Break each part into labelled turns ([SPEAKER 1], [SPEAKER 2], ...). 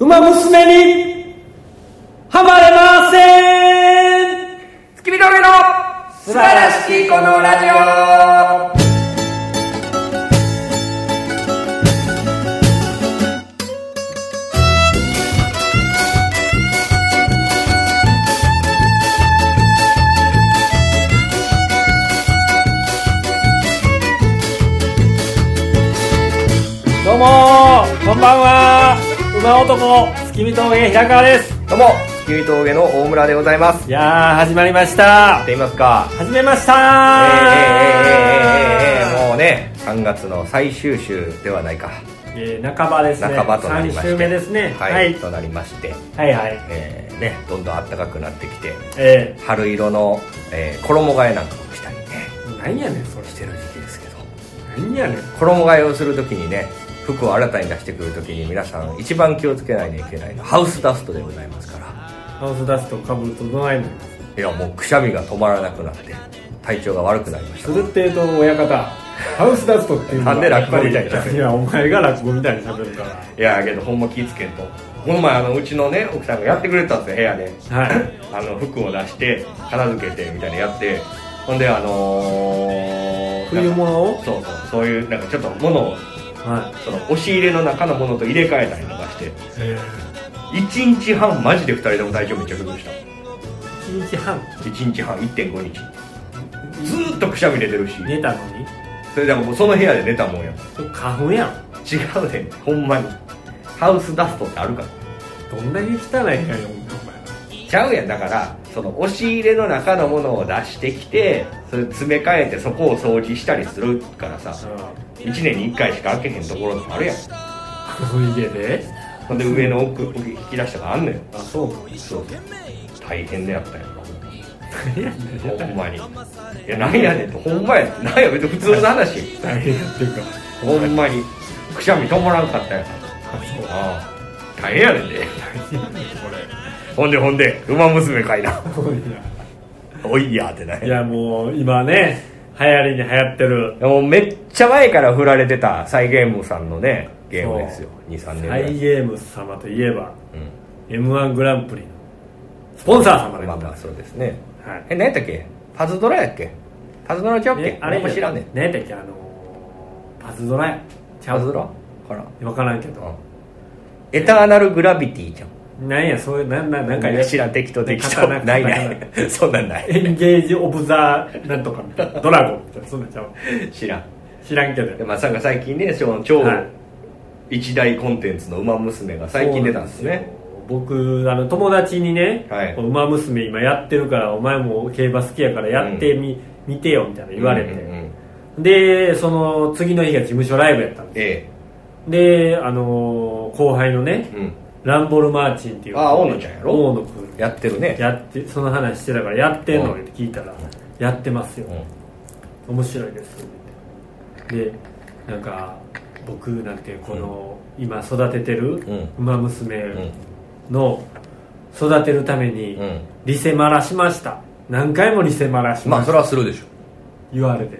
[SPEAKER 1] 馬娘にはまれません
[SPEAKER 2] 月見峠の素晴らしきこのラジオ
[SPEAKER 1] どうもこんばんは馬男月見峠平川です
[SPEAKER 2] どうも月見峠の大村でございます
[SPEAKER 1] いやー始まりました
[SPEAKER 2] って言いますか
[SPEAKER 1] 始めました
[SPEAKER 2] えー、えーえーえーえーもうね3月の最終週ではないか
[SPEAKER 1] えー半ばですね
[SPEAKER 2] 半ばとなりまして
[SPEAKER 1] 3週目ですね
[SPEAKER 2] はい、
[SPEAKER 1] はい
[SPEAKER 2] となりまして、
[SPEAKER 1] はいはい
[SPEAKER 2] えー、ねどんどん暖かくなってきて
[SPEAKER 1] え
[SPEAKER 2] 春色の、えー、衣替えなんかもしたりね
[SPEAKER 1] ー、なんやねんそれ
[SPEAKER 2] してる時期ですけど
[SPEAKER 1] なんやねん
[SPEAKER 2] 衣替えをするときにね服を新たに出してくるときに皆さん一番気をつけないといけないのはハウスダストでございますから
[SPEAKER 1] ハウスダストかぶるとどないの
[SPEAKER 2] いやもうくしゃみが止まらなくなって体調が悪くなりまし
[SPEAKER 1] するってえと親方ハウスダストっていうのは
[SPEAKER 2] なんで落語みたいに喋る
[SPEAKER 1] いやお前が落語みたいに喋るから
[SPEAKER 2] たいやけどほんま気ぃつけんとこの前あのうちのね奥さんがやってくれたんですよ部屋で
[SPEAKER 1] はい
[SPEAKER 2] あの服を出して片付けてみたいなのやってほんであのー、
[SPEAKER 1] 冬物を
[SPEAKER 2] そうそうそういうなんかちょっと物を
[SPEAKER 1] は
[SPEAKER 2] その押し入れの中のものと入れ替えたりとかして
[SPEAKER 1] い、え
[SPEAKER 2] 1日半マジで2人でも体調めっちゃ崩した
[SPEAKER 1] ー、1日半
[SPEAKER 2] 1日半1.5日ずーっとくしゃみ出てるし
[SPEAKER 1] 寝たのに
[SPEAKER 2] それだからもうその部屋で寝たもんや
[SPEAKER 1] それ花粉やん
[SPEAKER 2] 違うねんほんまにハウスダストってあるから
[SPEAKER 1] どんだけ汚い部屋におんねんお前ら
[SPEAKER 2] ちゃうやんだからその押し入れの中のものを出してきてそれ詰め替えてそこを掃除したりするからさ1年に1回しか開けへんところとかあるやん
[SPEAKER 1] この家で
[SPEAKER 2] ほんで上の奥奥引き出したのあんのよ
[SPEAKER 1] あそうか
[SPEAKER 2] そう大変だやったやん
[SPEAKER 1] 何やねん
[SPEAKER 2] ほんまにいやなんやねんとほんまやねんなんや別に普通の話
[SPEAKER 1] 大変やってるか
[SPEAKER 2] ほんまにくしゃみ止まらんかったやん
[SPEAKER 1] あそうか
[SPEAKER 2] ああ大変やねんで
[SPEAKER 1] 何やねんこれ
[SPEAKER 2] ほんでほんで馬娘かいな
[SPEAKER 1] そういや
[SPEAKER 2] おいやーってない
[SPEAKER 1] いやもう今ね流行りに流行ってる
[SPEAKER 2] もうめっちゃ前から振られてたサイ・ゲームさんのねゲームですよ23年ぐ
[SPEAKER 1] ハ
[SPEAKER 2] らい、
[SPEAKER 1] イゲームズ様といえば
[SPEAKER 2] うん、
[SPEAKER 1] m 1グランプリのスポンサー様で
[SPEAKER 2] まあ
[SPEAKER 1] ござい
[SPEAKER 2] ま
[SPEAKER 1] ま
[SPEAKER 2] あ
[SPEAKER 1] す、
[SPEAKER 2] そうですね
[SPEAKER 1] はい
[SPEAKER 2] え何やったっけパズドラやっけパズドラちゃうっけ、
[SPEAKER 1] ね、あ
[SPEAKER 2] 俺
[SPEAKER 1] れ
[SPEAKER 2] も知らんねん
[SPEAKER 1] 何やったっけあのーパズドラやちゃ
[SPEAKER 2] パズド
[SPEAKER 1] う
[SPEAKER 2] ラから
[SPEAKER 1] 分からんけど、
[SPEAKER 2] うんエターナル・グラビティじゃん
[SPEAKER 1] なんやそういうなんなんなんかや
[SPEAKER 2] 知らん適当適当
[SPEAKER 1] 刀
[SPEAKER 2] ないな
[SPEAKER 1] 刀
[SPEAKER 2] い そんなんない
[SPEAKER 1] エンゲージ・オブ・ザ・なんとかみた いなドラゴンみたいなそんなんちゃう
[SPEAKER 2] 知らん
[SPEAKER 1] 知らんけ
[SPEAKER 2] で
[SPEAKER 1] ど
[SPEAKER 2] まさか最近ねその超
[SPEAKER 1] はい
[SPEAKER 2] 一大コンテンツの「ウマ娘」が最近出たんですね
[SPEAKER 1] 僕あの友達にね
[SPEAKER 2] はい
[SPEAKER 1] 「こう馬娘今やってるからお前も競馬好きやからやってみ、見てよ」みたいな言われて、
[SPEAKER 2] うんうんうん
[SPEAKER 1] でその次の日が事務所ライブやったんで
[SPEAKER 2] え
[SPEAKER 1] すであのー後輩のね
[SPEAKER 2] え、うん
[SPEAKER 1] ランボルマーチンっていう
[SPEAKER 2] あ大野ちゃんやろ
[SPEAKER 1] 大野君
[SPEAKER 2] やってるね
[SPEAKER 1] やってその話してたからやってんの
[SPEAKER 2] うん
[SPEAKER 1] って聞いたら「やってますよ
[SPEAKER 2] う」ん
[SPEAKER 1] 面白いですでなんか僕なんてこの、今育ててる
[SPEAKER 2] ん
[SPEAKER 1] 馬娘の育てるために
[SPEAKER 2] うん
[SPEAKER 1] リセマラしました何回もリセマラし
[SPEAKER 2] ま
[SPEAKER 1] ま
[SPEAKER 2] あ
[SPEAKER 1] した、
[SPEAKER 2] それはするでしょ
[SPEAKER 1] 言われて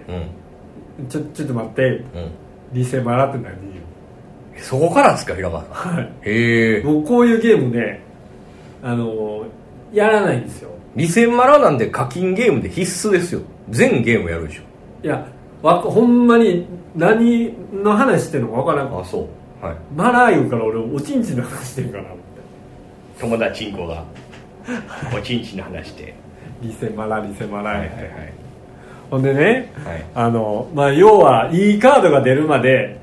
[SPEAKER 2] うん
[SPEAKER 1] ちょちょっと待って
[SPEAKER 2] うん
[SPEAKER 1] リセマラって何
[SPEAKER 2] そこからですか平川さん
[SPEAKER 1] はい
[SPEAKER 2] へえ
[SPEAKER 1] もうこういうゲームねあのやらないんですよ
[SPEAKER 2] 2000マラなんで課金ゲームで必須ですよ全ゲームやるでし
[SPEAKER 1] いやわほんまに何の話してんのか分からん
[SPEAKER 2] ょあそうはい
[SPEAKER 1] マラー言うから俺おちんちんの話してるかな思って
[SPEAKER 2] 友達んこがおちんちの話して
[SPEAKER 1] リセマラリセマラ、
[SPEAKER 2] はいはいはい
[SPEAKER 1] ほんでね、
[SPEAKER 2] はい
[SPEAKER 1] あのまあ要はいいカードが出るまで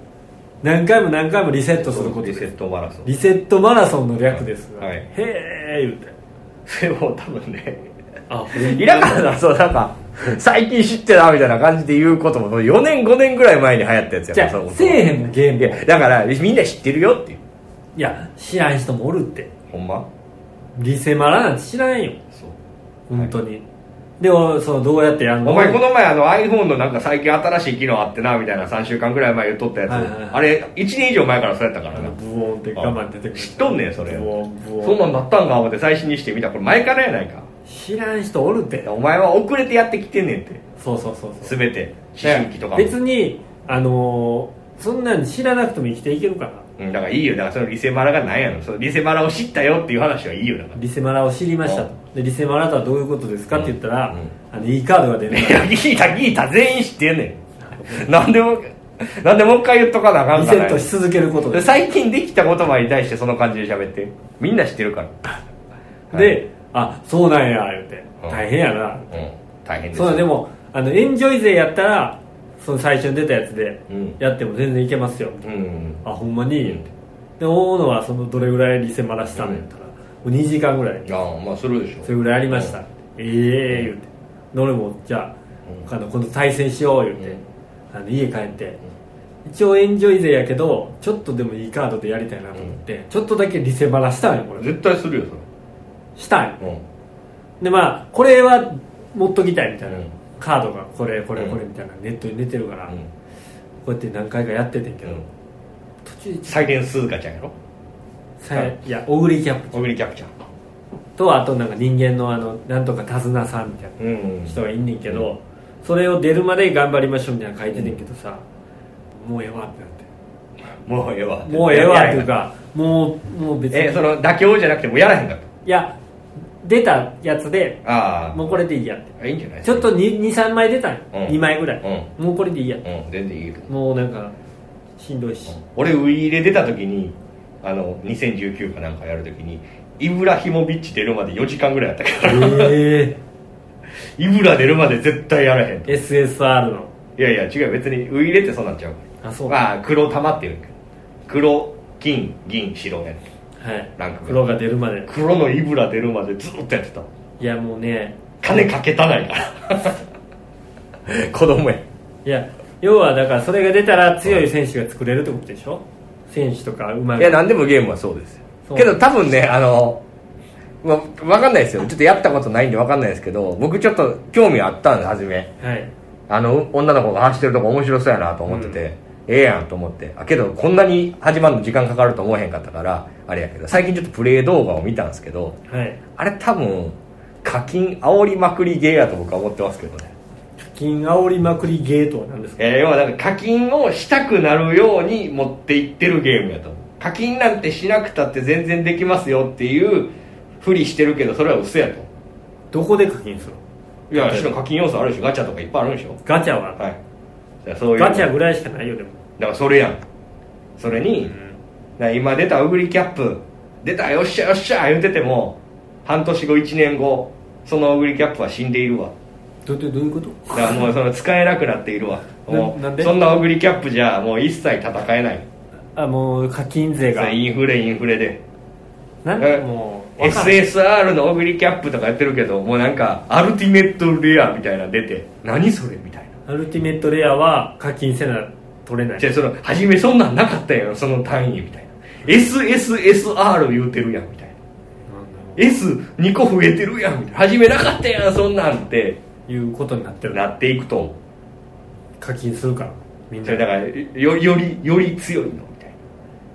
[SPEAKER 1] 何回も何回もリセットすること
[SPEAKER 2] リ
[SPEAKER 1] で
[SPEAKER 2] セ
[SPEAKER 1] す
[SPEAKER 2] ットマラソン
[SPEAKER 1] リセットマラソンの略ですが、
[SPEAKER 2] はい
[SPEAKER 1] へえ言うて
[SPEAKER 2] それも多分ね
[SPEAKER 1] あ
[SPEAKER 2] 平川さんそうなんか最近知ってたみたいな感じで言うことも4年5年ぐらい前に流行ったやつや
[SPEAKER 1] じ
[SPEAKER 2] から
[SPEAKER 1] ゃ
[SPEAKER 2] その
[SPEAKER 1] あせえへんのゲーム
[SPEAKER 2] いやだからみんな知ってるよっていう
[SPEAKER 1] いや知らん人もおるって
[SPEAKER 2] ほんま
[SPEAKER 1] リセマラなんて知らんよ
[SPEAKER 2] そう
[SPEAKER 1] 本当に、でもそのどうやってやんの
[SPEAKER 2] お前この前あの iPhone のなんか最近新しい機能あってなみたいな3週間ぐらい前言っとったやつ、
[SPEAKER 1] はいはいはい
[SPEAKER 2] あれ1年以上前からそうやったか
[SPEAKER 1] あ
[SPEAKER 2] らな
[SPEAKER 1] のブオーンって我慢出てくる
[SPEAKER 2] 知っとんねんそれ
[SPEAKER 1] ブオーンブオーン
[SPEAKER 2] そんなんなったんか思って最新にしてみたこれ前からやないか
[SPEAKER 1] 知らん人おるって
[SPEAKER 2] お前は遅れてやってきてんねんって
[SPEAKER 1] そうそうそうそう
[SPEAKER 2] 全て思春期とかも
[SPEAKER 1] 別にあのーそんなん知らなくても生きていけるから
[SPEAKER 2] うん、だからいいよだからそのリセマラが何やのそのリセマラを知ったよっていう話はいいよだから
[SPEAKER 1] リセマラを知りましたとでリセマラとはどういうことですかって言ったら、あのいいカードが出る
[SPEAKER 2] いや聞いた聞いた全員知ってんね んなんでもなんでもう一回言っと かなあかん
[SPEAKER 1] リ
[SPEAKER 2] か
[SPEAKER 1] セ
[SPEAKER 2] ら
[SPEAKER 1] ットし続けること
[SPEAKER 2] で
[SPEAKER 1] です、
[SPEAKER 2] 最近できた言葉に対してその感じで喋ってみんな知って るから、はい
[SPEAKER 1] であそうなんや言って
[SPEAKER 2] うん
[SPEAKER 1] 大変やな
[SPEAKER 2] うん、大変です
[SPEAKER 1] そうだでもあのエンジョイ勢やったらその最初に出たやつで
[SPEAKER 2] うん
[SPEAKER 1] やっても全然いけますよ、
[SPEAKER 2] うん
[SPEAKER 1] あほんまに、で思うのはそのどれぐらいリセマラしたのやったら、もう2時間ぐらい
[SPEAKER 2] ああまあするでしょ
[SPEAKER 1] それぐらいありました、ええ言うてで俺もじゃあ、あの今度対戦しよう言うて、
[SPEAKER 2] うん
[SPEAKER 1] あの家帰って、一応エンジョイ勢やけどちょっとでもいいカードでやりたいなと思って、ちょっとだけリセマラしたんよこれ
[SPEAKER 2] 絶対するよ
[SPEAKER 1] したんよ
[SPEAKER 2] それうん
[SPEAKER 1] でまあこれは持っときたいみたいな、
[SPEAKER 2] うん
[SPEAKER 1] カードがこれこれ
[SPEAKER 2] うん
[SPEAKER 1] これみたいな、ネットに出てるから、
[SPEAKER 2] うん
[SPEAKER 1] こうやって何回かやっててんけ
[SPEAKER 2] け
[SPEAKER 1] ど、
[SPEAKER 2] ど
[SPEAKER 1] 途中でちょ
[SPEAKER 2] サイレンスカちゃんやろ
[SPEAKER 1] さいやオグリキャップ
[SPEAKER 2] オグリキャプチャ
[SPEAKER 1] とあとなんか人間のあのなんとか手綱さんみたいな
[SPEAKER 2] ーうん
[SPEAKER 1] 人がいんねんけど、それを出るまで頑張りましょうみたいなの書いてんねんけどさ、もうええわってなっ
[SPEAKER 2] もうええわ
[SPEAKER 1] てもうええわっ
[SPEAKER 2] や
[SPEAKER 1] て
[SPEAKER 2] ら
[SPEAKER 1] い
[SPEAKER 2] へ
[SPEAKER 1] うん
[SPEAKER 2] か
[SPEAKER 1] かもうもう別に
[SPEAKER 2] えその妥協じゃなくてもうやらへんかと
[SPEAKER 1] いや出たやつで
[SPEAKER 2] ああ
[SPEAKER 1] もうこれでいいやって
[SPEAKER 2] れいいんじゃない
[SPEAKER 1] ちょっと23枚出たんよ、
[SPEAKER 2] うん
[SPEAKER 1] 2枚ぐらい、
[SPEAKER 2] う
[SPEAKER 1] もうこれでいいや
[SPEAKER 2] うん全然いいよ
[SPEAKER 1] もうなんかしんどいし、
[SPEAKER 2] 俺ウイイレ出た時にあの2019かなんかやる時にイブラヒモビッチ出るまで4時間ぐらいあったから
[SPEAKER 1] え
[SPEAKER 2] イブラ出るまで絶対やらへんと
[SPEAKER 1] え SSR の
[SPEAKER 2] いやいや違う別にウイイレってそうなっちゃう
[SPEAKER 1] あそう
[SPEAKER 2] まあ黒玉っていうんか黒金銀白ね
[SPEAKER 1] はい
[SPEAKER 2] ランク
[SPEAKER 1] 黒が出るまで
[SPEAKER 2] 黒のイブラ出るまでずっとやってた
[SPEAKER 1] いやもうね
[SPEAKER 2] 金かけたないから 子供や
[SPEAKER 1] いや要はだからそれが出たら強い選手が作れるってことでしょ選手とかうま
[SPEAKER 3] いや何でもゲームはそうですよ
[SPEAKER 1] そう
[SPEAKER 3] けど多分ねあの、まあ、分かんないですよちょっとやったことないんで分かんないですけど僕ちょっと興味あったんです初め
[SPEAKER 1] はい
[SPEAKER 3] あの女の子が走ってるとこ面白そうやなと思ってて、ええやんと思ってあけどこんなに始まるの時間かかると思えへんかったからあれやけど最近ちょっとプレイ動画を見たんですけど
[SPEAKER 1] はい
[SPEAKER 3] あれ多分課金煽りまくりゲーやと僕は思ってますけどね
[SPEAKER 1] 課金煽りまくりゲートは何ですか
[SPEAKER 2] えー要はなんか課金をしたくなるように持っていってるゲームやと思う課金なんてしなくたって全然できますよっていうふりしてるけどそれは嘘やと
[SPEAKER 1] どこで課金するの
[SPEAKER 2] いやしかも課金要素あるでしょガチャとかいっぱいあるでしょ
[SPEAKER 1] ガチャは、
[SPEAKER 2] はいだからそういう
[SPEAKER 1] ガチャぐらいしかないよでも
[SPEAKER 2] だからそれやんそれに、な今出たウグリキャップ出たよっしゃよっしゃ言うてても半年後1年後そのウグリキャップは死んでいるわ
[SPEAKER 1] どどどういうこと
[SPEAKER 2] だからもうその使えなくなっているわ
[SPEAKER 1] な
[SPEAKER 2] もう
[SPEAKER 1] なんで
[SPEAKER 2] そんなオグリキャップじゃもう一切戦えない
[SPEAKER 1] あもう課金税が
[SPEAKER 2] インフレインフレで
[SPEAKER 1] なん
[SPEAKER 2] え
[SPEAKER 1] かもうわからん
[SPEAKER 2] SSR のオグリキャップとかやってるけどもうなんかアルティメットレアみたいなの出て何それみたいな
[SPEAKER 1] アルティメットレアは課金せな取れない
[SPEAKER 2] じゃあその初めそんなんなかったやろその単位みたいな SSSR 言うてるやんみたいな
[SPEAKER 1] なんだろ
[SPEAKER 2] S2 個増えてるやんみたいな初めなかったやんそんなんって
[SPEAKER 1] ういうことになってる
[SPEAKER 2] なっていくと思う
[SPEAKER 1] 課金するからみん
[SPEAKER 2] そ
[SPEAKER 1] な
[SPEAKER 2] れだからよよりより強いのみたい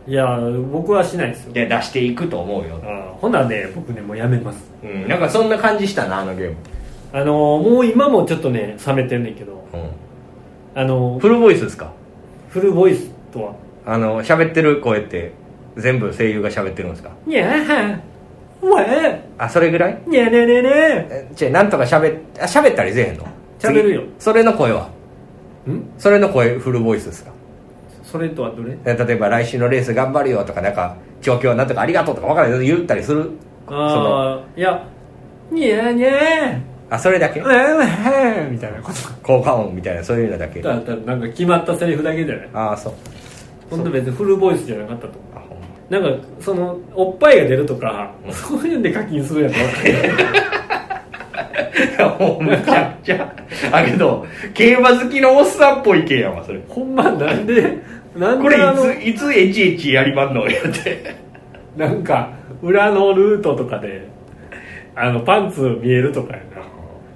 [SPEAKER 1] いや僕はしないですよ
[SPEAKER 2] ないや出していくと思うよ
[SPEAKER 1] あほなね僕ねもうやめます
[SPEAKER 2] うん
[SPEAKER 3] なんかそんな感じしたなあのゲーム、
[SPEAKER 1] あのーもう今もちょっとね冷めてんねんけどあのー
[SPEAKER 3] フルボイスですか
[SPEAKER 1] フルボイスとは
[SPEAKER 3] あの喋ってる声って全部声優が喋ってるんですか
[SPEAKER 1] 「にゃーはんうわー
[SPEAKER 3] あそれぐらい
[SPEAKER 1] にゃねねね
[SPEAKER 3] えちぇなんとか喋っあ喋ったりせえへんの
[SPEAKER 1] 喋るよ
[SPEAKER 3] 次それの声は
[SPEAKER 1] ん
[SPEAKER 3] それの声フルボイスですか
[SPEAKER 1] それとはどれ
[SPEAKER 3] え例えば来週のレース頑張るよとかなんか調教なんとかありがとうとか分からない言ったりするの
[SPEAKER 1] ああいや「にゃーにゃー
[SPEAKER 3] あそれだけ
[SPEAKER 1] うわーうわー」みたいなこと
[SPEAKER 3] 効果音みたいなそういうのだけ
[SPEAKER 1] だったらなんか決まったセリフだけじゃない
[SPEAKER 3] ああそう
[SPEAKER 1] ほんと別にフルボイスじゃなかったと思う
[SPEAKER 3] あほんま
[SPEAKER 1] なんかそのおっぱいが出るとか、そういうんで課金するやん
[SPEAKER 2] いやもうむちゃくちゃあけど競馬好きのおっさんっぽい系やわそれ
[SPEAKER 1] ほんまなんでなん
[SPEAKER 2] こ
[SPEAKER 1] で
[SPEAKER 2] れ
[SPEAKER 1] あの
[SPEAKER 2] いついつエチエチやりまんのや って
[SPEAKER 1] なんか裏のルートとかであのパンツ見えるとかやな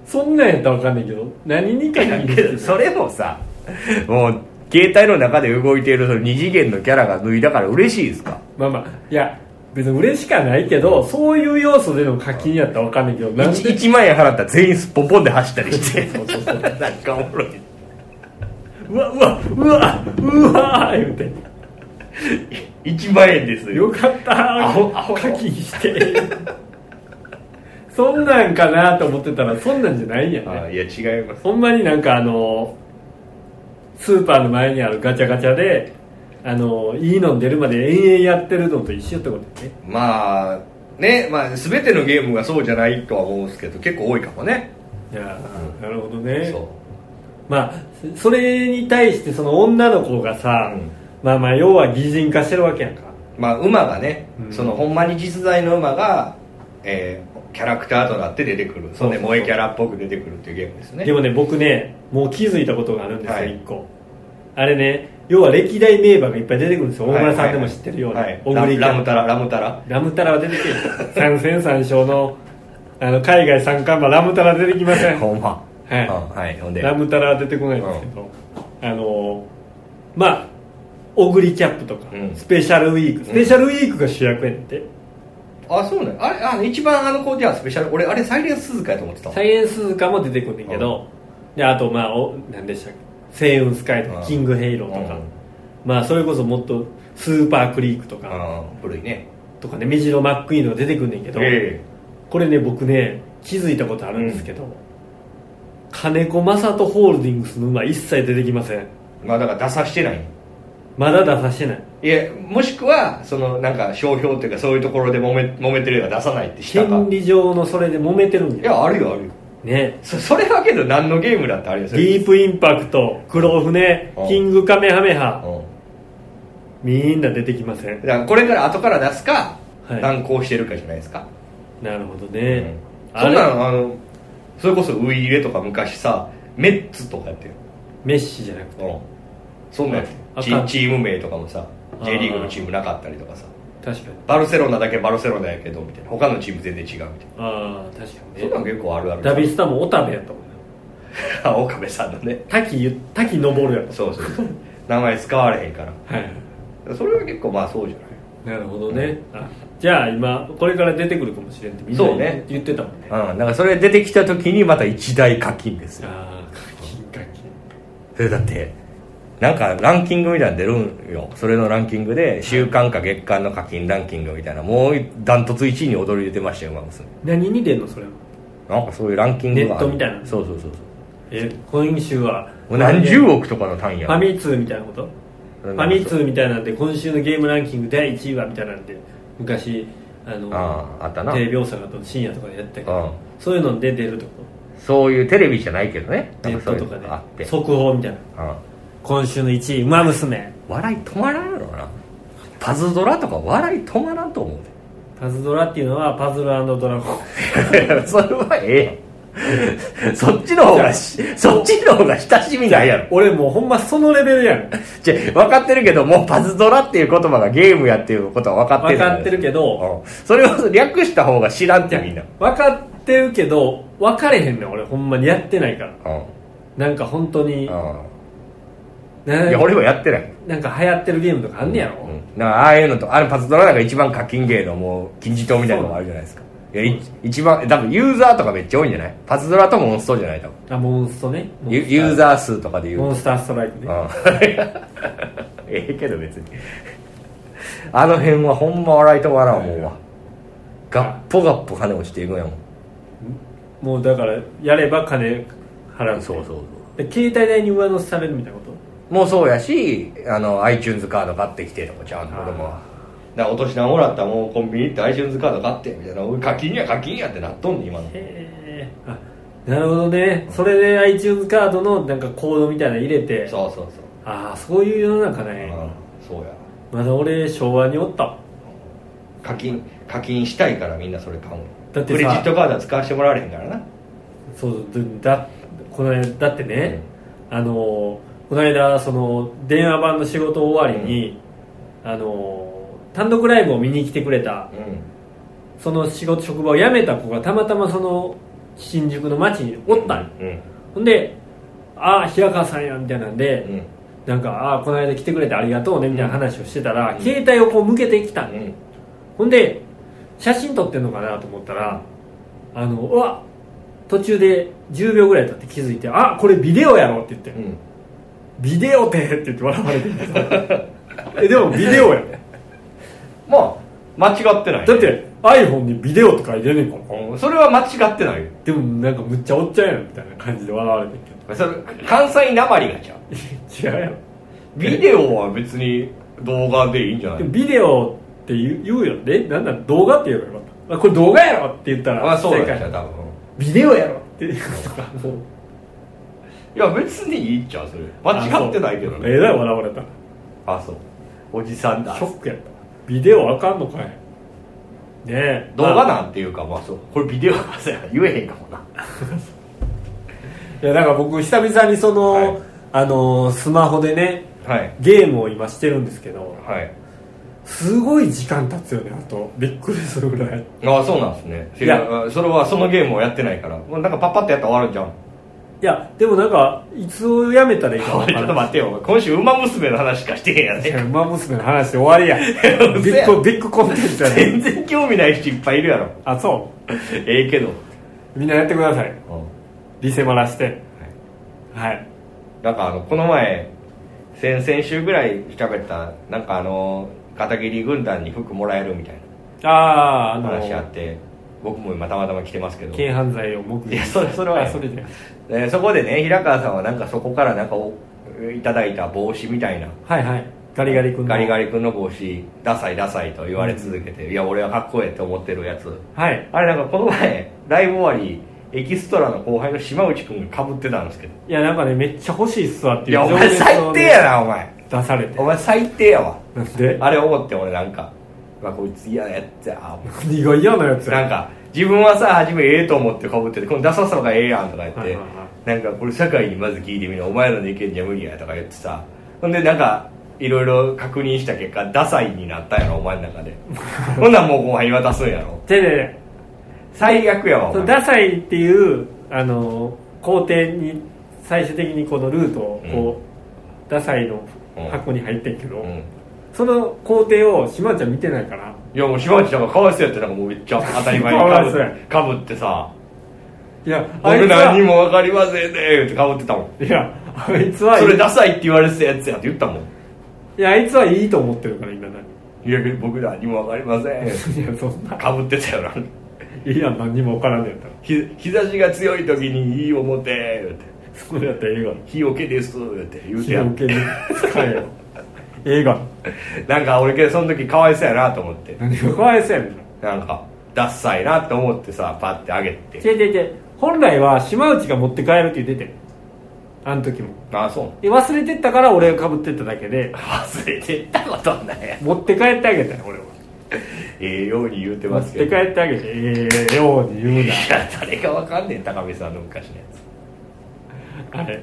[SPEAKER 1] そんなんやったらわかんないけど何に課金して
[SPEAKER 3] け
[SPEAKER 1] る
[SPEAKER 3] どそれもさもう携帯の中で動いているその二次元のキャラが脱いだから嬉しいですか
[SPEAKER 1] まあまあいや別に嬉しかないけど、そういう要素での課金やったらわかんないけど、なん
[SPEAKER 3] 1,
[SPEAKER 1] で
[SPEAKER 3] 1万円払ったら全員すっぽんぽんで走ったりして
[SPEAKER 1] そうそうそう
[SPEAKER 3] なんかおもろいう
[SPEAKER 1] わうわうわうわー言うて
[SPEAKER 2] 1万円です
[SPEAKER 1] よかった
[SPEAKER 2] アホアホ
[SPEAKER 1] 課金してそんなんかなと思ってたらそんなんじゃないんやね
[SPEAKER 2] あいや違います
[SPEAKER 1] ほんまになんかあのスーパーの前にあるガチャガチャであのいいの出るまで延々やってるのと一緒ってことやね
[SPEAKER 2] まあねまあ全てのゲームがそうじゃないとは思うんですけど結構多いかもね
[SPEAKER 1] いやーなるほどね
[SPEAKER 2] そ
[SPEAKER 1] まあそそれに対してその女の子がさ、
[SPEAKER 2] うん
[SPEAKER 1] まあまあ要は擬人化してるわけやんか
[SPEAKER 2] うまあ馬がね、
[SPEAKER 1] うん
[SPEAKER 2] そのほんまに実在の馬が、えーキャラクターとなって出てくるそん
[SPEAKER 1] そうそう
[SPEAKER 2] で
[SPEAKER 1] そう
[SPEAKER 2] 萌えキャラっぽく出てくるっていうゲームですね
[SPEAKER 1] でもね僕ねもう気づいたことがあるんですよ、
[SPEAKER 2] は
[SPEAKER 1] 一
[SPEAKER 2] い
[SPEAKER 1] 個あれね要は歴代名馬がいっぱい出てくるんですよ大村さんでも知ってるような、
[SPEAKER 2] はい
[SPEAKER 1] 小
[SPEAKER 2] はい
[SPEAKER 1] 栗
[SPEAKER 2] ララムタララムタラ
[SPEAKER 1] ラムタラは出てくる三戦三勝の あの海外三冠馬ラムタラ出てきません
[SPEAKER 3] ほんま
[SPEAKER 1] はい
[SPEAKER 3] うんはいほんで
[SPEAKER 1] ラムタラは出てこないんですけど、あのまあオグリキャップとか、
[SPEAKER 2] うん
[SPEAKER 1] スペシャルウィークスペシャルウィークが主役やねんて、
[SPEAKER 2] あそうねあれあの一番あの子じゃあスペシャル俺あれサイレンス鈴鹿やと思ってた
[SPEAKER 1] サイエンスズカも出てくんねんけど、であとまあお何でしたっけ星雲スカイと
[SPEAKER 2] う
[SPEAKER 1] か
[SPEAKER 2] ん
[SPEAKER 1] キングヘイローとか、
[SPEAKER 2] うん
[SPEAKER 1] まあそれこそもっとスーパークリークとか、
[SPEAKER 2] あー古いね
[SPEAKER 1] とかねメジロマックイーンとか出てくんねんけど、
[SPEAKER 2] え
[SPEAKER 1] これね僕ね気づいたことあるんですけど、金子正人ホールディングスの馬一切出てきません
[SPEAKER 2] えまあだから出さしてない
[SPEAKER 1] まだ出さしてない
[SPEAKER 2] いやもしくはそのなんか商標っていうかそういうところで揉め揉めてるやら出さないってしたか
[SPEAKER 1] 権利上のそれで揉めてるん
[SPEAKER 2] い
[SPEAKER 1] や
[SPEAKER 2] やあるよあるよ
[SPEAKER 1] ね
[SPEAKER 2] そそれはけど何のゲームだってあれです
[SPEAKER 1] ディープインパクト黒船
[SPEAKER 2] うん
[SPEAKER 1] キングカメハメハ
[SPEAKER 2] うん
[SPEAKER 1] みんな出てきません
[SPEAKER 2] だからこれから後から出すか、
[SPEAKER 1] はい
[SPEAKER 2] 難航してるかじゃないですか、
[SPEAKER 1] なるほど
[SPEAKER 2] う
[SPEAKER 1] ね、
[SPEAKER 2] そ
[SPEAKER 1] あ
[SPEAKER 2] ん
[SPEAKER 1] れ
[SPEAKER 2] なのあのそれこそウイイレとか昔さメッツとかやってる
[SPEAKER 1] メッシじゃなくて
[SPEAKER 2] うんそんなんやってる
[SPEAKER 1] あ
[SPEAKER 2] チ
[SPEAKER 1] あかん
[SPEAKER 2] チーム名とかもさ
[SPEAKER 1] あー
[SPEAKER 2] J リーグのチームなかったりとかさ
[SPEAKER 1] 確かに
[SPEAKER 2] バルセロナだけバルセロナやけどみたいな他のチーム全然違うみたい
[SPEAKER 1] ああ確
[SPEAKER 2] なそん
[SPEAKER 1] か
[SPEAKER 2] なん
[SPEAKER 1] にね
[SPEAKER 2] 結構あるある
[SPEAKER 1] ダ ビスタもオタベやと思う
[SPEAKER 2] 岡部さんのね
[SPEAKER 1] 滝ゆ滝登るや
[SPEAKER 2] そうそうそう名前使われへんから
[SPEAKER 1] とはい
[SPEAKER 2] それは結構まあそうじゃない
[SPEAKER 1] なるほどね、あじゃあ今これから出てくるかもしれんってみん
[SPEAKER 2] そう
[SPEAKER 1] な
[SPEAKER 2] ね
[SPEAKER 1] 言ってたもん
[SPEAKER 3] う
[SPEAKER 1] ね
[SPEAKER 3] ん、だからそれ出てきた時にまた一大課金ですよ
[SPEAKER 1] ああ課金課金
[SPEAKER 3] それだってなんかランキングみたいなの出るんよそれのランキングで週間か月間の課金ランキングみたいなもうダントツ1位に躍り出てましたよ馬娘
[SPEAKER 1] 何に出んのそれは
[SPEAKER 3] なんかそういうランキングがある
[SPEAKER 1] ネットみたいな
[SPEAKER 3] そうそうそうそう
[SPEAKER 1] え今週は
[SPEAKER 3] もう何十億とかの単位
[SPEAKER 1] フ
[SPEAKER 3] や
[SPEAKER 1] ァミ通みたいなことファミ通みたいなんで今週のゲームランキング第1位はみたいなんで昔あの
[SPEAKER 3] あああったな
[SPEAKER 1] テレビ大阪と深夜とかでやってたけど、
[SPEAKER 3] うん
[SPEAKER 1] そういうので出るってこ
[SPEAKER 3] そういうテレビじゃないけどね
[SPEAKER 1] と
[SPEAKER 3] な
[SPEAKER 1] ネ
[SPEAKER 3] ん
[SPEAKER 1] ッ
[SPEAKER 3] そう
[SPEAKER 1] ト
[SPEAKER 3] いう
[SPEAKER 1] とかで
[SPEAKER 3] のがあって、う、
[SPEAKER 1] 速報みたいなん今週の1位「ウマ娘
[SPEAKER 3] 笑い止まらんやろなパズドラとか笑い止まらんと思う」
[SPEAKER 1] パズドラっていうのはパズルドラゴン
[SPEAKER 3] で それはええやんそっちの方がしそっちの方が親しみないやろ
[SPEAKER 1] 俺もうほんまそのレベルやん
[SPEAKER 3] じゃ分かってるけどもうパズドラっていう言葉がゲームやっていうことは分かってる
[SPEAKER 1] 分かってるけど
[SPEAKER 3] うんそれを略した方が知らんってみんな、
[SPEAKER 1] 分かってるけど分かれへんねん俺ほんまにやってないから
[SPEAKER 3] うん
[SPEAKER 1] なんか本当に
[SPEAKER 3] う、
[SPEAKER 1] なん
[SPEAKER 3] いや俺もやってない
[SPEAKER 1] なんか流行ってるゲームとかあんねやろ、
[SPEAKER 3] うん、だからああいうのとあのパズドラなんか一番課金芸のもう金字塔みたいなのがあるじゃないですかいやい一番多分ユーザーとかめっちゃ多いんじゃないパズドラとモンストじゃない多分
[SPEAKER 1] あモンストね
[SPEAKER 3] ユユーザー数とかで言う
[SPEAKER 1] モ
[SPEAKER 3] と
[SPEAKER 1] ンスターストライク
[SPEAKER 3] う
[SPEAKER 1] ね
[SPEAKER 3] ん ええけど別にあの辺はほんま笑いと笑わんもんわガッポガッポ金落ちていくんやもん
[SPEAKER 1] もうだからやれば金払う
[SPEAKER 3] そうそうそう
[SPEAKER 1] で携帯代に上乗せされるみたいなこと
[SPEAKER 3] もうそうやしあの iTunes カード買ってきてとかちゃんと子供は
[SPEAKER 2] だからお年玉もらったらもうコンビニ行って iTunes カード買ってみたいな俺課金や課金やってなっとんねん今の
[SPEAKER 1] へえあなるほどねそれで iTunes カードのなんかコードみたいなの入れて
[SPEAKER 2] そうそうそう
[SPEAKER 1] ああそういう世の中
[SPEAKER 2] う
[SPEAKER 1] ね
[SPEAKER 2] んそうや
[SPEAKER 1] まだ俺昭和におったわ
[SPEAKER 2] 課金課金したいからみんなそれ買うの
[SPEAKER 1] だってさ
[SPEAKER 2] クレジットカードは使わせてもらわれへんからな
[SPEAKER 1] そうだこの間だってね、あのこの間その電話番の仕事終わりに、あの単独ライブを見に来てくれた
[SPEAKER 2] う
[SPEAKER 1] その仕事職場を辞めた子がたまたまその新宿の街におったんよ
[SPEAKER 2] んうん
[SPEAKER 1] ほんで「ああ平川さんや」みたいなんで、
[SPEAKER 2] うん
[SPEAKER 1] なんか「ああこの間来てくれてありがとうね」みたいな話をしてたら、携帯をこう向けてきたんよ
[SPEAKER 2] うん
[SPEAKER 1] ほんで写真撮ってんのかなと思ったらあのうわ途中で10秒ぐらい経って気づいて「あこれビデオやろ」って言って
[SPEAKER 2] うん
[SPEAKER 1] 「ビデオて」って言って笑われてるえでもビデオや
[SPEAKER 2] まあ間違ってない
[SPEAKER 1] だって iPhone にビデオって書いてんねんから
[SPEAKER 2] うんそれは間違ってないよ
[SPEAKER 1] でもなんかむっちゃおっちゃんやんみたいな感じで笑われてん
[SPEAKER 2] それ関西なまりがちゃう
[SPEAKER 1] けど違うやろ
[SPEAKER 2] ビデオは別に動画でいいんじゃない
[SPEAKER 1] でもビデオって言う言うよねなんだ動画って言えばよかったあこれ動画やろって言ったら
[SPEAKER 2] あそうだ
[SPEAKER 1] 正
[SPEAKER 2] よ
[SPEAKER 1] 解
[SPEAKER 2] 多分
[SPEAKER 1] ビデオやろって言うとかもう
[SPEAKER 2] いや別にいいっちゃうそれ間違ってないけど
[SPEAKER 1] あそうえ
[SPEAKER 2] ね
[SPEAKER 1] らい笑われた
[SPEAKER 2] あそうおじさんだ
[SPEAKER 1] ショックやったビデオあかんのかいねえ
[SPEAKER 2] 動画
[SPEAKER 1] まあ
[SPEAKER 2] なんていうかまあそうこれビデオだせ言えへんかもない
[SPEAKER 1] やだから僕久々にその、
[SPEAKER 2] はい
[SPEAKER 1] あのースマホでね
[SPEAKER 2] はい
[SPEAKER 1] ゲームを今してるんですけど
[SPEAKER 2] はい
[SPEAKER 1] すごい時間経つよねあとびっくりするぐらい
[SPEAKER 2] ああそうなんですね
[SPEAKER 1] いや
[SPEAKER 2] あそれはそのゲームをやってないからもうなんかパッパッとやったら終わるじゃん
[SPEAKER 1] いやでもなんかいつをやめたらいいか
[SPEAKER 2] お
[SPEAKER 1] 分
[SPEAKER 2] いち
[SPEAKER 1] か
[SPEAKER 2] ょ
[SPEAKER 1] ら
[SPEAKER 2] っと
[SPEAKER 1] な
[SPEAKER 2] 待ってよ今週ウマ娘の話しかしてへんや
[SPEAKER 1] い
[SPEAKER 2] ね
[SPEAKER 1] ウマ娘の話で終わりや
[SPEAKER 2] 嘘や
[SPEAKER 1] ビッグビッグコンテンツやね
[SPEAKER 2] 全然興味ない人いっぱいいるやろ
[SPEAKER 1] あそ
[SPEAKER 2] ええけど
[SPEAKER 1] うみんなやってくださいリセマラしてはい
[SPEAKER 2] なんかあのこの前先々週ぐらい喋ったなんかあの片桐軍団に服もらえるみたい
[SPEAKER 1] あああ
[SPEAKER 2] な話あ
[SPEAKER 1] の
[SPEAKER 2] って僕も今たまたま来てますけど
[SPEAKER 1] 軽犯罪を目撃
[SPEAKER 2] いやそれそれは
[SPEAKER 1] あそれで
[SPEAKER 2] えーそこでね平川さんはなんかそこからなんかおいただいた帽子みたいな
[SPEAKER 1] はいはいガリガリ君の
[SPEAKER 2] ガリガリ君の帽子ダサいダサいと言われ続けて、いや俺はかっこええって思ってるやつ
[SPEAKER 1] はい
[SPEAKER 2] あれなんかこの前ライブ終わりエキストラの後輩の島内君がかぶってたんですけど
[SPEAKER 1] いやなんかねめっちゃ欲しいっすわって
[SPEAKER 2] い
[SPEAKER 1] いう
[SPEAKER 2] やお前最低やなお前
[SPEAKER 1] な出されて
[SPEAKER 2] お前最低やわ
[SPEAKER 1] なんで
[SPEAKER 2] あれ思って俺なんか、まあ、こいつ嫌なやつやあー
[SPEAKER 1] 何が嫌なやつや
[SPEAKER 2] なんか自分はさ初めええと思ってかぶっててこのダサさがええやんとか言って、
[SPEAKER 1] はいはい
[SPEAKER 2] なんかこれ社会にまず聞いてみろお前らの意見じゃ無理やとか言ってさほんでなんかいろいろ確認した結果ダサいになったんやろお前の中 でほんなんもう後輩に渡すんやろ
[SPEAKER 1] ででで
[SPEAKER 2] 最悪やわお
[SPEAKER 1] その
[SPEAKER 2] 前
[SPEAKER 1] ダサいっていうあの工程に最終的にこのルートをこう、ダサいの箱に入ってんけど、
[SPEAKER 2] うん
[SPEAKER 1] その工程を島ちゃん見てないから
[SPEAKER 2] いやもう島内なんかかわいそうやってなんかもうめっちゃ当たり前にかぶ
[SPEAKER 1] かわい
[SPEAKER 2] っ
[SPEAKER 1] そう
[SPEAKER 2] かぶってさ
[SPEAKER 1] いやあい
[SPEAKER 2] 僕
[SPEAKER 1] つは
[SPEAKER 2] 何にも分かりませんねーってかぶってたもん
[SPEAKER 1] いやあいつは
[SPEAKER 2] それダサいって言われてたやつやって言ったもん
[SPEAKER 1] いやあいつはいいと思ってるから今何
[SPEAKER 2] いや僕らにも分かりませ
[SPEAKER 1] いやそんなん
[SPEAKER 2] かぶってたよない
[SPEAKER 1] や何にも分からんねやったら
[SPEAKER 2] ひ日差しが強い時に「いい思て」言うて
[SPEAKER 1] それやったら映画
[SPEAKER 2] 「日よけです」言うて言うて
[SPEAKER 1] 気
[SPEAKER 2] や
[SPEAKER 1] を
[SPEAKER 2] ん
[SPEAKER 1] 受けに使えよ 映画
[SPEAKER 2] なんか俺けどその時かわいそうやなと思って
[SPEAKER 1] 何がかわいそうやねん
[SPEAKER 2] なんかダッサいなと思ってさパッてあげて
[SPEAKER 1] 違う違う違う本来は島内が持って帰るって言っててあの時も
[SPEAKER 2] あそう
[SPEAKER 1] で忘れてったから俺がかぶってっただけで
[SPEAKER 2] 忘れてったことはないや
[SPEAKER 1] 持って帰ってあげたよ俺は
[SPEAKER 2] ええように言うて
[SPEAKER 1] 持
[SPEAKER 2] ま
[SPEAKER 1] っ
[SPEAKER 2] す
[SPEAKER 1] て
[SPEAKER 2] け
[SPEAKER 1] 帰
[SPEAKER 2] ど
[SPEAKER 1] ってあげてええように言う
[SPEAKER 2] い
[SPEAKER 1] な
[SPEAKER 2] や誰がわかんねえ高見さんの昔のや
[SPEAKER 1] あれ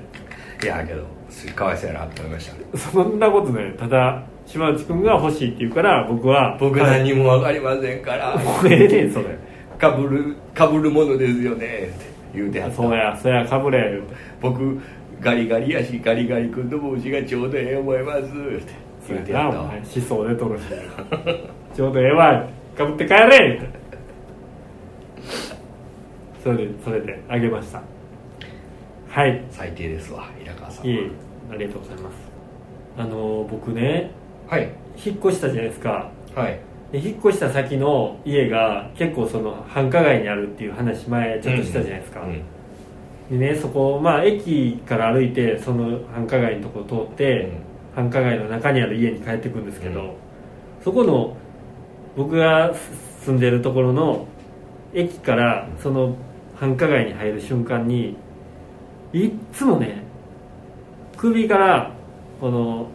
[SPEAKER 2] ついやけどすかわいそうやなって思いました
[SPEAKER 1] そんなことないただ島内くんが欲しいって言うから僕は
[SPEAKER 2] 僕何にもわかりませんから
[SPEAKER 1] もうええねんそれ
[SPEAKER 2] かぶるかぶるものですよねって言うてはった
[SPEAKER 1] そうやそうやかぶれや言うて
[SPEAKER 2] 僕ガリガリやしガリガリ君の帽子がちょうどええ思いますって
[SPEAKER 1] そう
[SPEAKER 2] 言
[SPEAKER 1] や
[SPEAKER 2] うてや
[SPEAKER 1] な
[SPEAKER 2] った
[SPEAKER 1] お
[SPEAKER 2] わ
[SPEAKER 1] 前思想でとるしちょうどええわかぶって帰れってそれでそれであげましたはい
[SPEAKER 2] 最低ですわ平川さん
[SPEAKER 1] い
[SPEAKER 2] は
[SPEAKER 1] えありがとうございますあの僕ね
[SPEAKER 2] はい
[SPEAKER 1] 引っ越したじゃないですか
[SPEAKER 2] はい
[SPEAKER 1] で引っ越した先の家が結構その繁華街にあるっていう話前ちょっとしたじゃないですか、
[SPEAKER 2] うん
[SPEAKER 1] でねそこまあ駅から歩いてその繁華街のとこを通って、繁華街の中にある家に帰ってくんですけど、
[SPEAKER 2] うん
[SPEAKER 1] そこの僕が住んでるところの駅からその繁華街に入る瞬間にいっつもね首からこの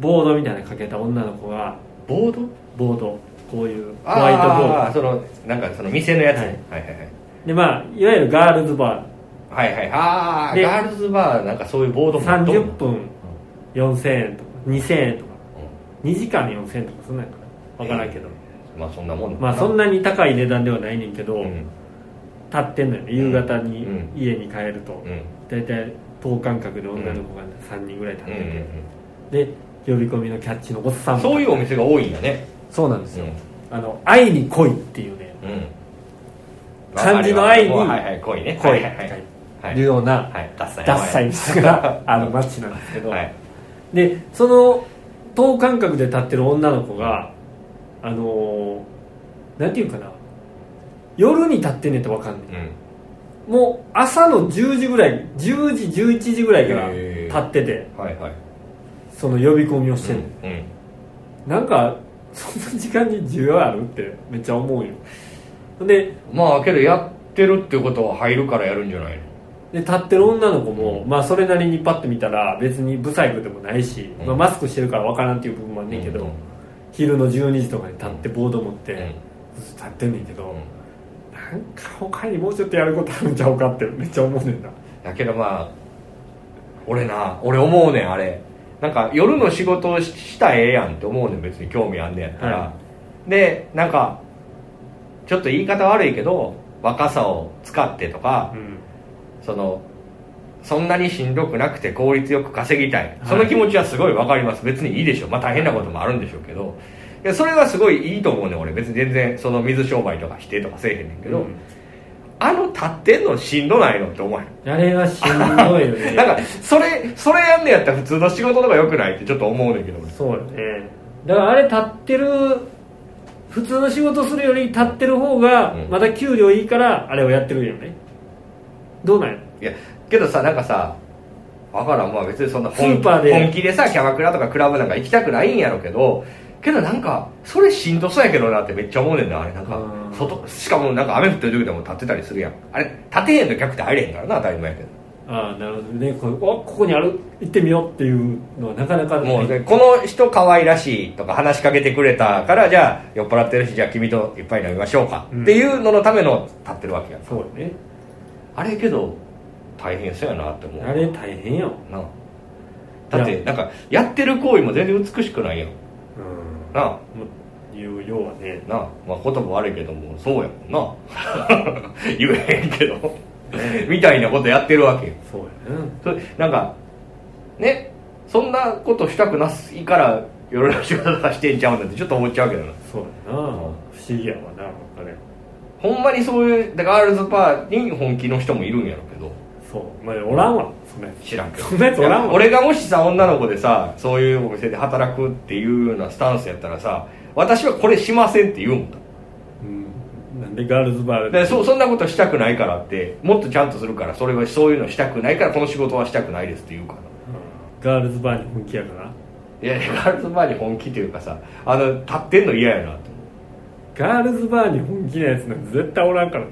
[SPEAKER 1] ボードみたいなのかけた女の子が
[SPEAKER 2] ボード
[SPEAKER 1] ボードこういうホ
[SPEAKER 2] あ
[SPEAKER 1] ワイトボー
[SPEAKER 2] あそのなんかその店のやつ、
[SPEAKER 1] は
[SPEAKER 2] はいい、はいはい
[SPEAKER 1] ドでまあいわゆるガールズバ
[SPEAKER 2] はいはいああ
[SPEAKER 1] で
[SPEAKER 2] ガールズバーなんかそういうボード
[SPEAKER 1] ー
[SPEAKER 2] もあっとんの
[SPEAKER 1] 30分4000円とか2000円とか2時間4000円とかそんなんやから分からんけど、
[SPEAKER 2] うんまあそんなもん
[SPEAKER 1] まあそんなに高い値段ではないねんけど、
[SPEAKER 2] うん
[SPEAKER 1] 立ってんのよね夕方に
[SPEAKER 2] うん
[SPEAKER 1] 家に帰ると
[SPEAKER 2] うん
[SPEAKER 1] 大体等間隔で女の子が3人ぐらい立っ
[SPEAKER 2] う
[SPEAKER 1] て
[SPEAKER 2] んう
[SPEAKER 1] て、で
[SPEAKER 2] ん
[SPEAKER 1] 呼び込みのキャッチのおっさ
[SPEAKER 2] うんん
[SPEAKER 1] も
[SPEAKER 2] そういうお店が多いんやね
[SPEAKER 1] そうなんで
[SPEAKER 2] うん
[SPEAKER 1] あの「愛に恋」っていうね
[SPEAKER 2] うん
[SPEAKER 1] 漢字の愛に
[SPEAKER 2] はいはい恋ね
[SPEAKER 1] 恋
[SPEAKER 2] は
[SPEAKER 1] が
[SPEAKER 2] いはいはい
[SPEAKER 1] 書いてるような
[SPEAKER 2] はいダッサい
[SPEAKER 1] ダッサい店がある街なんですけど、
[SPEAKER 2] はい
[SPEAKER 1] でその等間隔で立ってる女の子があのーなんていうかな夜に立ってんねんとわかんね
[SPEAKER 2] うん
[SPEAKER 1] もう朝の10時ぐらい10時11時ぐらいから
[SPEAKER 2] へー
[SPEAKER 1] 立ってて
[SPEAKER 2] んはいはい
[SPEAKER 1] その呼び込みをしてんの、
[SPEAKER 2] うん
[SPEAKER 1] なんかそんな時間に需要あるってめっちゃ思うよで
[SPEAKER 2] まあけどやってるってことは入るからやるんじゃないの
[SPEAKER 1] で立ってる女の子も、まあそれなりにパッと見たら別にブサイクでもないし、
[SPEAKER 2] うん
[SPEAKER 1] まあ、マスクしてるからわからんっていう部分もあんねんけど、
[SPEAKER 2] うんうん
[SPEAKER 1] 昼の12時とかに立ってボード持って、
[SPEAKER 2] うん
[SPEAKER 1] 立ってんねんけど、なんか他にもうちょっとやることあるんちゃうかってめっちゃ思うねんな
[SPEAKER 2] だけどまあ俺な俺思うねんあれなんか夜の仕事をししたらええやんって思うねん別に興味あんねんやったら、
[SPEAKER 1] は
[SPEAKER 2] でなんかちょっと言い方悪いけど若さを使ってとか
[SPEAKER 1] ん
[SPEAKER 2] そのそんなにしんどくなくて効率よく稼ぎたい
[SPEAKER 1] はい
[SPEAKER 2] その気持ちはすごいわかります別にいいでしょまあ大変なこともあるんでしょうけどいやそれはすごいいいと思うねん俺別に全然その水商売とか否定とかせえへんねんけど、
[SPEAKER 1] うん
[SPEAKER 2] あの立ってんのしんどないのって思わへん
[SPEAKER 1] あれはしんどいよ ね
[SPEAKER 2] なんかそれそれやんねやったら普通の仕事とかよくないってちょっと思うねんけど俺
[SPEAKER 1] そうよねだからあれ立ってる普通の仕事するより立ってる方が
[SPEAKER 2] うん
[SPEAKER 1] まだ給料いいからあれをやってるんよねどうなんや
[SPEAKER 2] いやけどさなんかさわからんまあ別にそんな本
[SPEAKER 1] スーパーで
[SPEAKER 2] 本気でさキャバクラとかクラブなんか行きたくないんやろうけどけどなんかそれしんどそうやけどなってめっちゃ思うねんなあれなんか
[SPEAKER 1] うん
[SPEAKER 2] 外しかもなんか雨降ってる時でも立ってたりするやんあれ立てへんと客って入れへんからな当たり前やけど
[SPEAKER 1] ああなるほどねこうあここにある行ってみようっていうのはなかなか
[SPEAKER 2] もう
[SPEAKER 1] ね
[SPEAKER 2] でこの人可愛らしいとか話しかけてくれたからじゃあ酔っ払ってるしじゃあ君といっぱい飲みましょうか、
[SPEAKER 1] うん
[SPEAKER 2] っていうののための立ってるわけやん
[SPEAKER 1] そうよね
[SPEAKER 2] あれけど大変そうやなって思う
[SPEAKER 1] あれ大変よ
[SPEAKER 2] なあだっ
[SPEAKER 1] い
[SPEAKER 2] て
[SPEAKER 1] や
[SPEAKER 2] なんかやってる行為も全然美しくないやん
[SPEAKER 1] う
[SPEAKER 2] なあ
[SPEAKER 1] んもういうようはね
[SPEAKER 2] なあ、まあ、言葉悪いけどもそうやもんな 言えへんけどみたいなことやってるわけよ
[SPEAKER 1] そうやな
[SPEAKER 2] それなんかねそんなことしたくないから夜の仕事さしてんちゃうんだってちょっと思っちゃうけどな
[SPEAKER 1] そうやな不思議やわなあれ
[SPEAKER 2] ほんまにそういうだからガールズバーに本気の人もいるんやろうけど
[SPEAKER 1] そうまあおらんわそんなやつ
[SPEAKER 2] 知らんけど
[SPEAKER 1] そんなやつおらんわ
[SPEAKER 2] 俺がもしさ女の子でさそういうお店で働くっていうようなスタンスやったらさ私はこれしませんって言うもんだ
[SPEAKER 1] うんなんでガールズバー
[SPEAKER 2] でそそんなことしたくないからってもっとちゃんとするからそれはそういうのしたくないからこの仕事はしたくないですって言うから
[SPEAKER 1] ガールズバーに本気やから
[SPEAKER 2] いやいやガールズバーに本気というかさあの立ってんの嫌やなって
[SPEAKER 1] ガールズバーに本気なやつなんて絶対おらんからな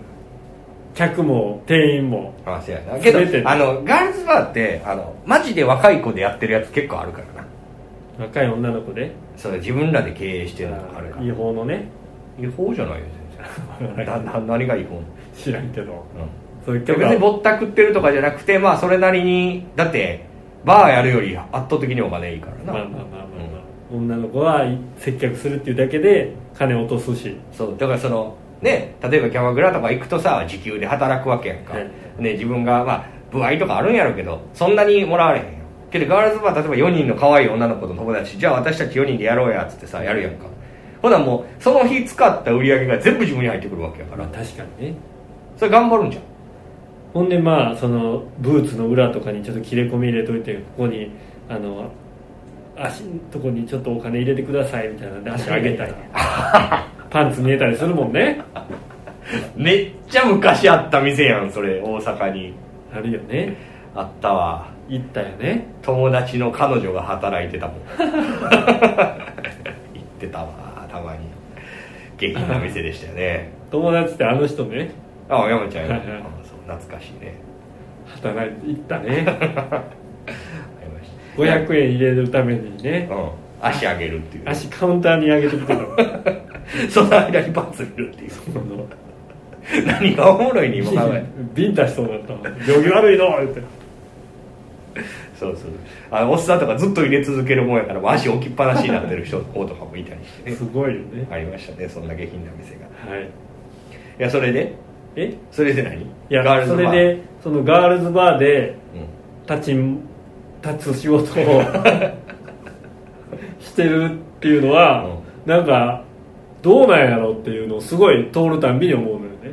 [SPEAKER 1] 客も店員も
[SPEAKER 2] 話やなけど
[SPEAKER 1] 全て
[SPEAKER 2] あのガールズバーってあのマジで若い子でやってるやつ結構あるからな
[SPEAKER 1] 若い女の子で
[SPEAKER 2] それ自分らで経営してるのがあるから
[SPEAKER 1] 違法のね
[SPEAKER 2] 違法じゃないよ 全然なな何が違法なの
[SPEAKER 1] 知らんけど
[SPEAKER 2] うん
[SPEAKER 1] そういう
[SPEAKER 2] 別
[SPEAKER 1] 客
[SPEAKER 2] に
[SPEAKER 1] は
[SPEAKER 2] ぼったくってるとかじゃなくてまあそれなりにだってバーやるより圧倒的にお金いいからな、
[SPEAKER 1] まあまあまあまあ、まあ女の子は接客するっていうだけで金落とすし
[SPEAKER 2] そうだからそのね例えばキャバクラとか行くとさ時給で働くわけやんか、
[SPEAKER 1] はい
[SPEAKER 2] ね自分がまあ部合とかあるんやろうけどそんなにもらわれへんよけどガールズバー例えば4人の可愛い女の子と友達じゃあ私たち4人でやろうやっつってさやるやんかほなもうその日使った売り上げが全部自分に入ってくるわけやか
[SPEAKER 1] まあ
[SPEAKER 2] ら
[SPEAKER 1] 確かにね
[SPEAKER 2] それ頑張るんじゃん
[SPEAKER 1] ほんでまあそのブーツの裏とかにちょっと切れ込み入れといてここにあの足のとこにちょっとお金入れてくださいみたいなんで足上げたりパンツ見えたりするもんね
[SPEAKER 2] めっちゃ昔あった店やんそれ大阪に
[SPEAKER 1] あるよね
[SPEAKER 2] あったわ
[SPEAKER 1] 行ったよね
[SPEAKER 2] 友達の彼女が働いてたもん 行ってたわたまに下品な店でしたよね
[SPEAKER 1] 友達ってあの人ね
[SPEAKER 2] あ山ちゃん
[SPEAKER 1] は
[SPEAKER 2] や
[SPEAKER 1] いはい
[SPEAKER 2] あそう懐かしいね
[SPEAKER 1] 働いて行ったね
[SPEAKER 2] ありました
[SPEAKER 1] 500円入れるために ね
[SPEAKER 2] うん足上げるっていう
[SPEAKER 1] 足カウンターに上げてきてたの
[SPEAKER 2] その間にパンツ見るっていう
[SPEAKER 1] その
[SPEAKER 2] 何がおもろいに今考え
[SPEAKER 1] ビンタしそうだったもん行儀悪いの言って
[SPEAKER 2] そうそうあのおっさんとかずっと入れ続けるもんやからもう足置きっぱなしになってる人 子とかもいたりしてね
[SPEAKER 1] すごいよね
[SPEAKER 2] ありましたねそんな下品な店がい
[SPEAKER 1] はい
[SPEAKER 2] やそれで
[SPEAKER 1] え
[SPEAKER 2] それで何
[SPEAKER 1] いや
[SPEAKER 2] ガールズ
[SPEAKER 1] そ
[SPEAKER 2] バー
[SPEAKER 1] れでそのガールズバーで
[SPEAKER 2] うん
[SPEAKER 1] 立ちん立つ仕事 をしてるっていうのは、なんかどうなんやろうっていうのをすごい通るたんびに思うのよね、
[SPEAKER 2] うん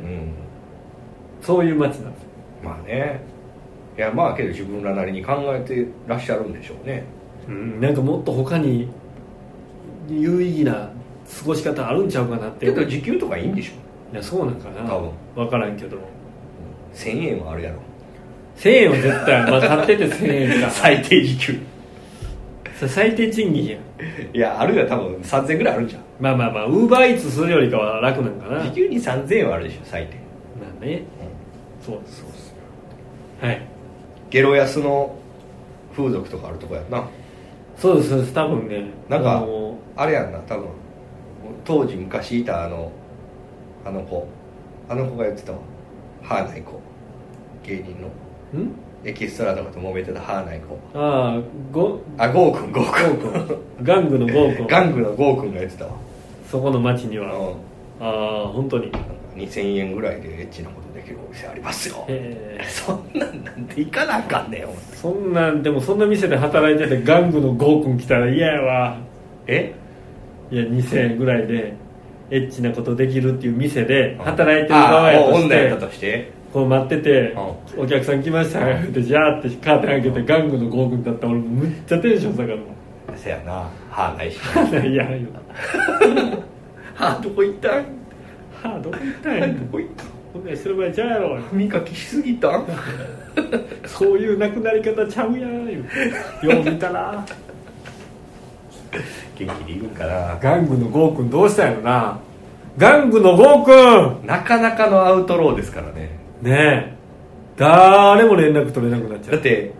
[SPEAKER 1] そういう街なんですよ
[SPEAKER 2] まあねいやまあけど自分らなりに考えてらっしゃるんでしょうね
[SPEAKER 1] なんかもっと他に有意義な過ごし方あるんちゃうかなって
[SPEAKER 2] け
[SPEAKER 1] い
[SPEAKER 2] ど時給とかいいんでしょ
[SPEAKER 1] やそうなんかな
[SPEAKER 2] 多分
[SPEAKER 1] 分からんけど
[SPEAKER 2] 1000円はあるやろ
[SPEAKER 1] 1000円は絶対、まあ、買ってて1000円か
[SPEAKER 2] 最低時給
[SPEAKER 1] それ最低賃金やん
[SPEAKER 2] いやあるよ多分3000円ぐらいあるじゃん
[SPEAKER 1] まあまあまあウーバーイーツするよりかは楽なんかなま
[SPEAKER 2] 時給に3000円はあるでしょ最低
[SPEAKER 1] あねそうそうはい
[SPEAKER 2] ゲロ安の風俗とかあるとこやんな
[SPEAKER 1] そうですそうです多分ね
[SPEAKER 2] なんか
[SPEAKER 1] あの
[SPEAKER 2] あれやんな多分当時昔いたあのあの子あの子がやってたわ歯ない子芸人の
[SPEAKER 1] ん
[SPEAKER 2] エキストラとかと揉めてた歯ない子
[SPEAKER 1] ああゴ
[SPEAKER 2] あゴーくんゴーくん
[SPEAKER 1] 玩具のゴーコン
[SPEAKER 2] 玩具のゴーくんがやってたわ
[SPEAKER 1] そこの町に
[SPEAKER 2] あ
[SPEAKER 1] は
[SPEAKER 2] の
[SPEAKER 1] ああ本当に
[SPEAKER 2] 2000円ぐらいでエッチなことできるお店ありますよ
[SPEAKER 1] ええ
[SPEAKER 2] そんなんなんて行かなあかんねん思って
[SPEAKER 1] そんなんでもそんな店で働いてて玩具のゴーコン来たら嫌やわ
[SPEAKER 2] え
[SPEAKER 1] いや2000円ぐらいでエッチなことできるっていう店で働いてる
[SPEAKER 2] あ
[SPEAKER 1] 側や
[SPEAKER 2] もう
[SPEAKER 1] とし
[SPEAKER 2] 女や
[SPEAKER 1] て
[SPEAKER 2] ったとして
[SPEAKER 1] こう待ってて「お客さん来ました」ってジャーってカーテン開けて玩具のゴーグンだったら俺むっちゃテンション下がるも
[SPEAKER 2] せやな歯ないし
[SPEAKER 1] んいやいや
[SPEAKER 2] 歯どこ行ったん
[SPEAKER 1] はあどこ行ったんや
[SPEAKER 2] 歯どこ行ったん
[SPEAKER 1] こんなんしてる場合ちゃうやろ
[SPEAKER 2] 歯磨きしすぎたん
[SPEAKER 1] そういうなくなり方ちゃうやん言うてよう見た ら
[SPEAKER 2] 元気でいるんかな
[SPEAKER 1] 玩具のゴーグンどうしたんやろな玩具のゴーグ
[SPEAKER 2] なかなかのアウトローですからね
[SPEAKER 1] ンねえ誰も連絡取れなくなっちゃ
[SPEAKER 2] だっ
[SPEAKER 1] う
[SPEAKER 2] て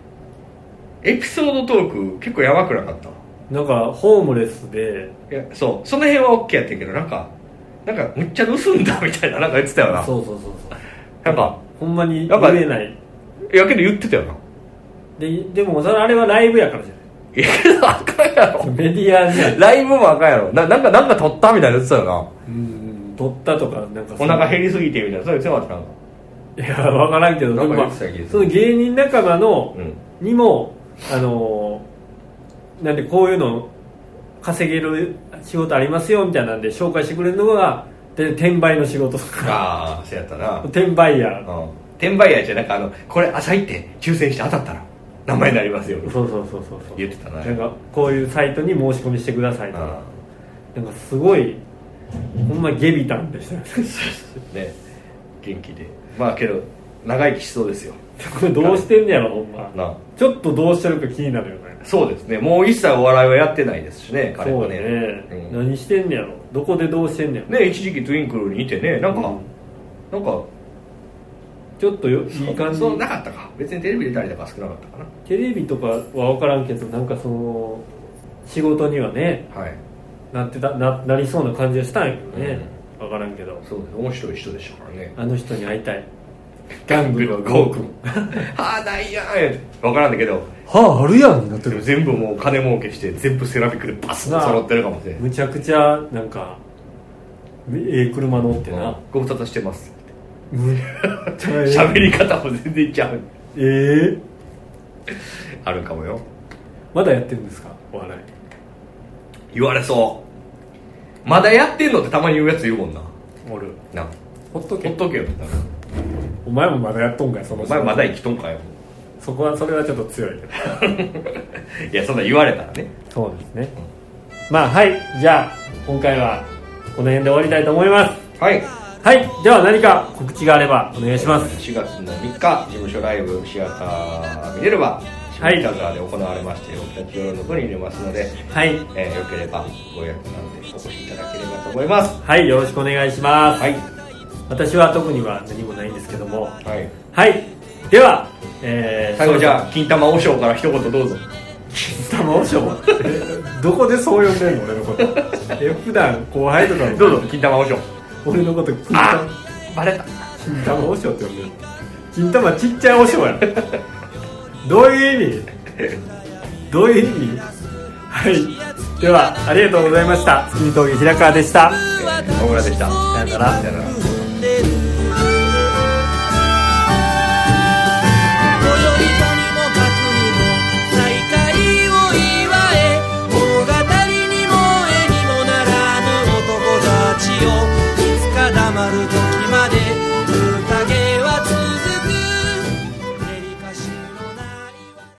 [SPEAKER 2] エピソードトーク結構やばくなかった
[SPEAKER 1] なんかホームレスで
[SPEAKER 2] いやそうその辺は OK やったけどなんかなんかむっちゃ盗んだみたいななんか言ってたよな
[SPEAKER 1] そうそうそうそう
[SPEAKER 2] なんか
[SPEAKER 1] ほんまに
[SPEAKER 2] やっぱ
[SPEAKER 1] 見れない
[SPEAKER 2] いやけど言ってたよな
[SPEAKER 1] ででもそれあれはライブやからじゃない
[SPEAKER 2] いやけどあかんやろ
[SPEAKER 1] メディアじゃない
[SPEAKER 2] ライブもあかんやろななんかなんか撮ったみたいな言ってたよな
[SPEAKER 1] うん取ったとかなんか
[SPEAKER 2] お腹
[SPEAKER 1] り
[SPEAKER 2] 減りすぎてみたいなそういう強かったなんか
[SPEAKER 1] いや分からんけど
[SPEAKER 2] なんか
[SPEAKER 1] でもまあ
[SPEAKER 2] 言ってた気がす
[SPEAKER 1] そ
[SPEAKER 2] る
[SPEAKER 1] の芸人仲間の
[SPEAKER 2] うん
[SPEAKER 1] にもあのーなんでこういうの稼げる仕事ありますよみたいなんで紹介してくれるのがで転売の仕事とか
[SPEAKER 2] ああそうやったなうん
[SPEAKER 1] 転売ヤー
[SPEAKER 2] 転売屋じゃなくあのこれ朝行って抽選して当たったら名前になりますよ
[SPEAKER 1] そうそうそうそうそう
[SPEAKER 2] 言ってたな
[SPEAKER 1] なんかこういうサイトに申し込みしてくださいとか
[SPEAKER 2] う
[SPEAKER 1] なんかすごいほんまゲビタンでした よ
[SPEAKER 2] んね元気でまあけど長生きしそうですよ
[SPEAKER 1] これどうしてんねやろほんま
[SPEAKER 2] なあ
[SPEAKER 1] ちょっとどうしてるか気になるよね
[SPEAKER 2] そうですねもう一切お笑いはやってないですしね彼
[SPEAKER 1] そ
[SPEAKER 2] は
[SPEAKER 1] うね
[SPEAKER 2] ねうん
[SPEAKER 1] 何してんねやろどこでどうしてんねやろ
[SPEAKER 2] ね一時期トゥインクルにいてねなん
[SPEAKER 1] う
[SPEAKER 2] か、
[SPEAKER 1] ん
[SPEAKER 2] なんか
[SPEAKER 1] ちょっとよいい感じ
[SPEAKER 2] そうなかったか別にテレビ出たりとかは少なかったかな
[SPEAKER 1] テレビとかは分からんけどなんかその仕事にはね
[SPEAKER 2] はい
[SPEAKER 1] なってたななりそうな感じはしたんやけどね、分からんけど
[SPEAKER 2] そうです面白い人でしたからね
[SPEAKER 1] あの人に会いたいガングル
[SPEAKER 2] ゴー君 はあないやん分からんだけど
[SPEAKER 1] はああるやんになって
[SPEAKER 2] でも全部もう金儲けして全部セラミックでバスッと揃ってるかもしれない
[SPEAKER 1] むちゃくちゃなんかええ車乗ってな、
[SPEAKER 2] ご無沙汰してます
[SPEAKER 1] むっちゃえ
[SPEAKER 2] 喋り方も全然ちゃう
[SPEAKER 1] えええ
[SPEAKER 2] あるかもよ
[SPEAKER 1] まだやってるんですかお笑い
[SPEAKER 2] 言われそうまだやってんのってたまに言うやついるもんな
[SPEAKER 1] おる
[SPEAKER 2] な
[SPEAKER 1] ほっと
[SPEAKER 2] ほ
[SPEAKER 1] け
[SPEAKER 2] っとけよ
[SPEAKER 1] お前もまだやっとんかいその
[SPEAKER 2] お
[SPEAKER 1] 仕事
[SPEAKER 2] 前まだ生きとんか よ
[SPEAKER 1] そこはそれはちょっと強いけど
[SPEAKER 2] いやそんな言われたらね
[SPEAKER 1] そうですね、まあはいじゃあ今回はこの辺で終わりたいと思います
[SPEAKER 2] はい
[SPEAKER 1] はいでは何か告知があればお願いします
[SPEAKER 2] 4月の3日事務所ライブシアターミネルバ
[SPEAKER 1] はい
[SPEAKER 2] 下北沢で行われまして僕たち夜の部に入れますので、
[SPEAKER 1] はい
[SPEAKER 2] えーよければご予約なんでお越しいただければと思います
[SPEAKER 1] はいよろしくお願いします、
[SPEAKER 2] はい
[SPEAKER 1] 私は特には何もないんですけども
[SPEAKER 2] はい
[SPEAKER 1] はいでは、えー、
[SPEAKER 2] 最後じ
[SPEAKER 1] あ
[SPEAKER 2] ゃあ金玉和尚から一言どうぞ
[SPEAKER 1] 金玉和尚どこでそう呼んでんの俺のことえ普段後輩とか
[SPEAKER 2] どうぞ金玉和尚
[SPEAKER 1] 俺のこと金
[SPEAKER 2] あバレた
[SPEAKER 1] 金玉和尚って呼んでる金玉ちっちゃい和尚やんどういう意味どういう意味はいではありがとうございました月見峠平川でした
[SPEAKER 2] 小倉でした
[SPEAKER 1] さよなら
[SPEAKER 2] さよなら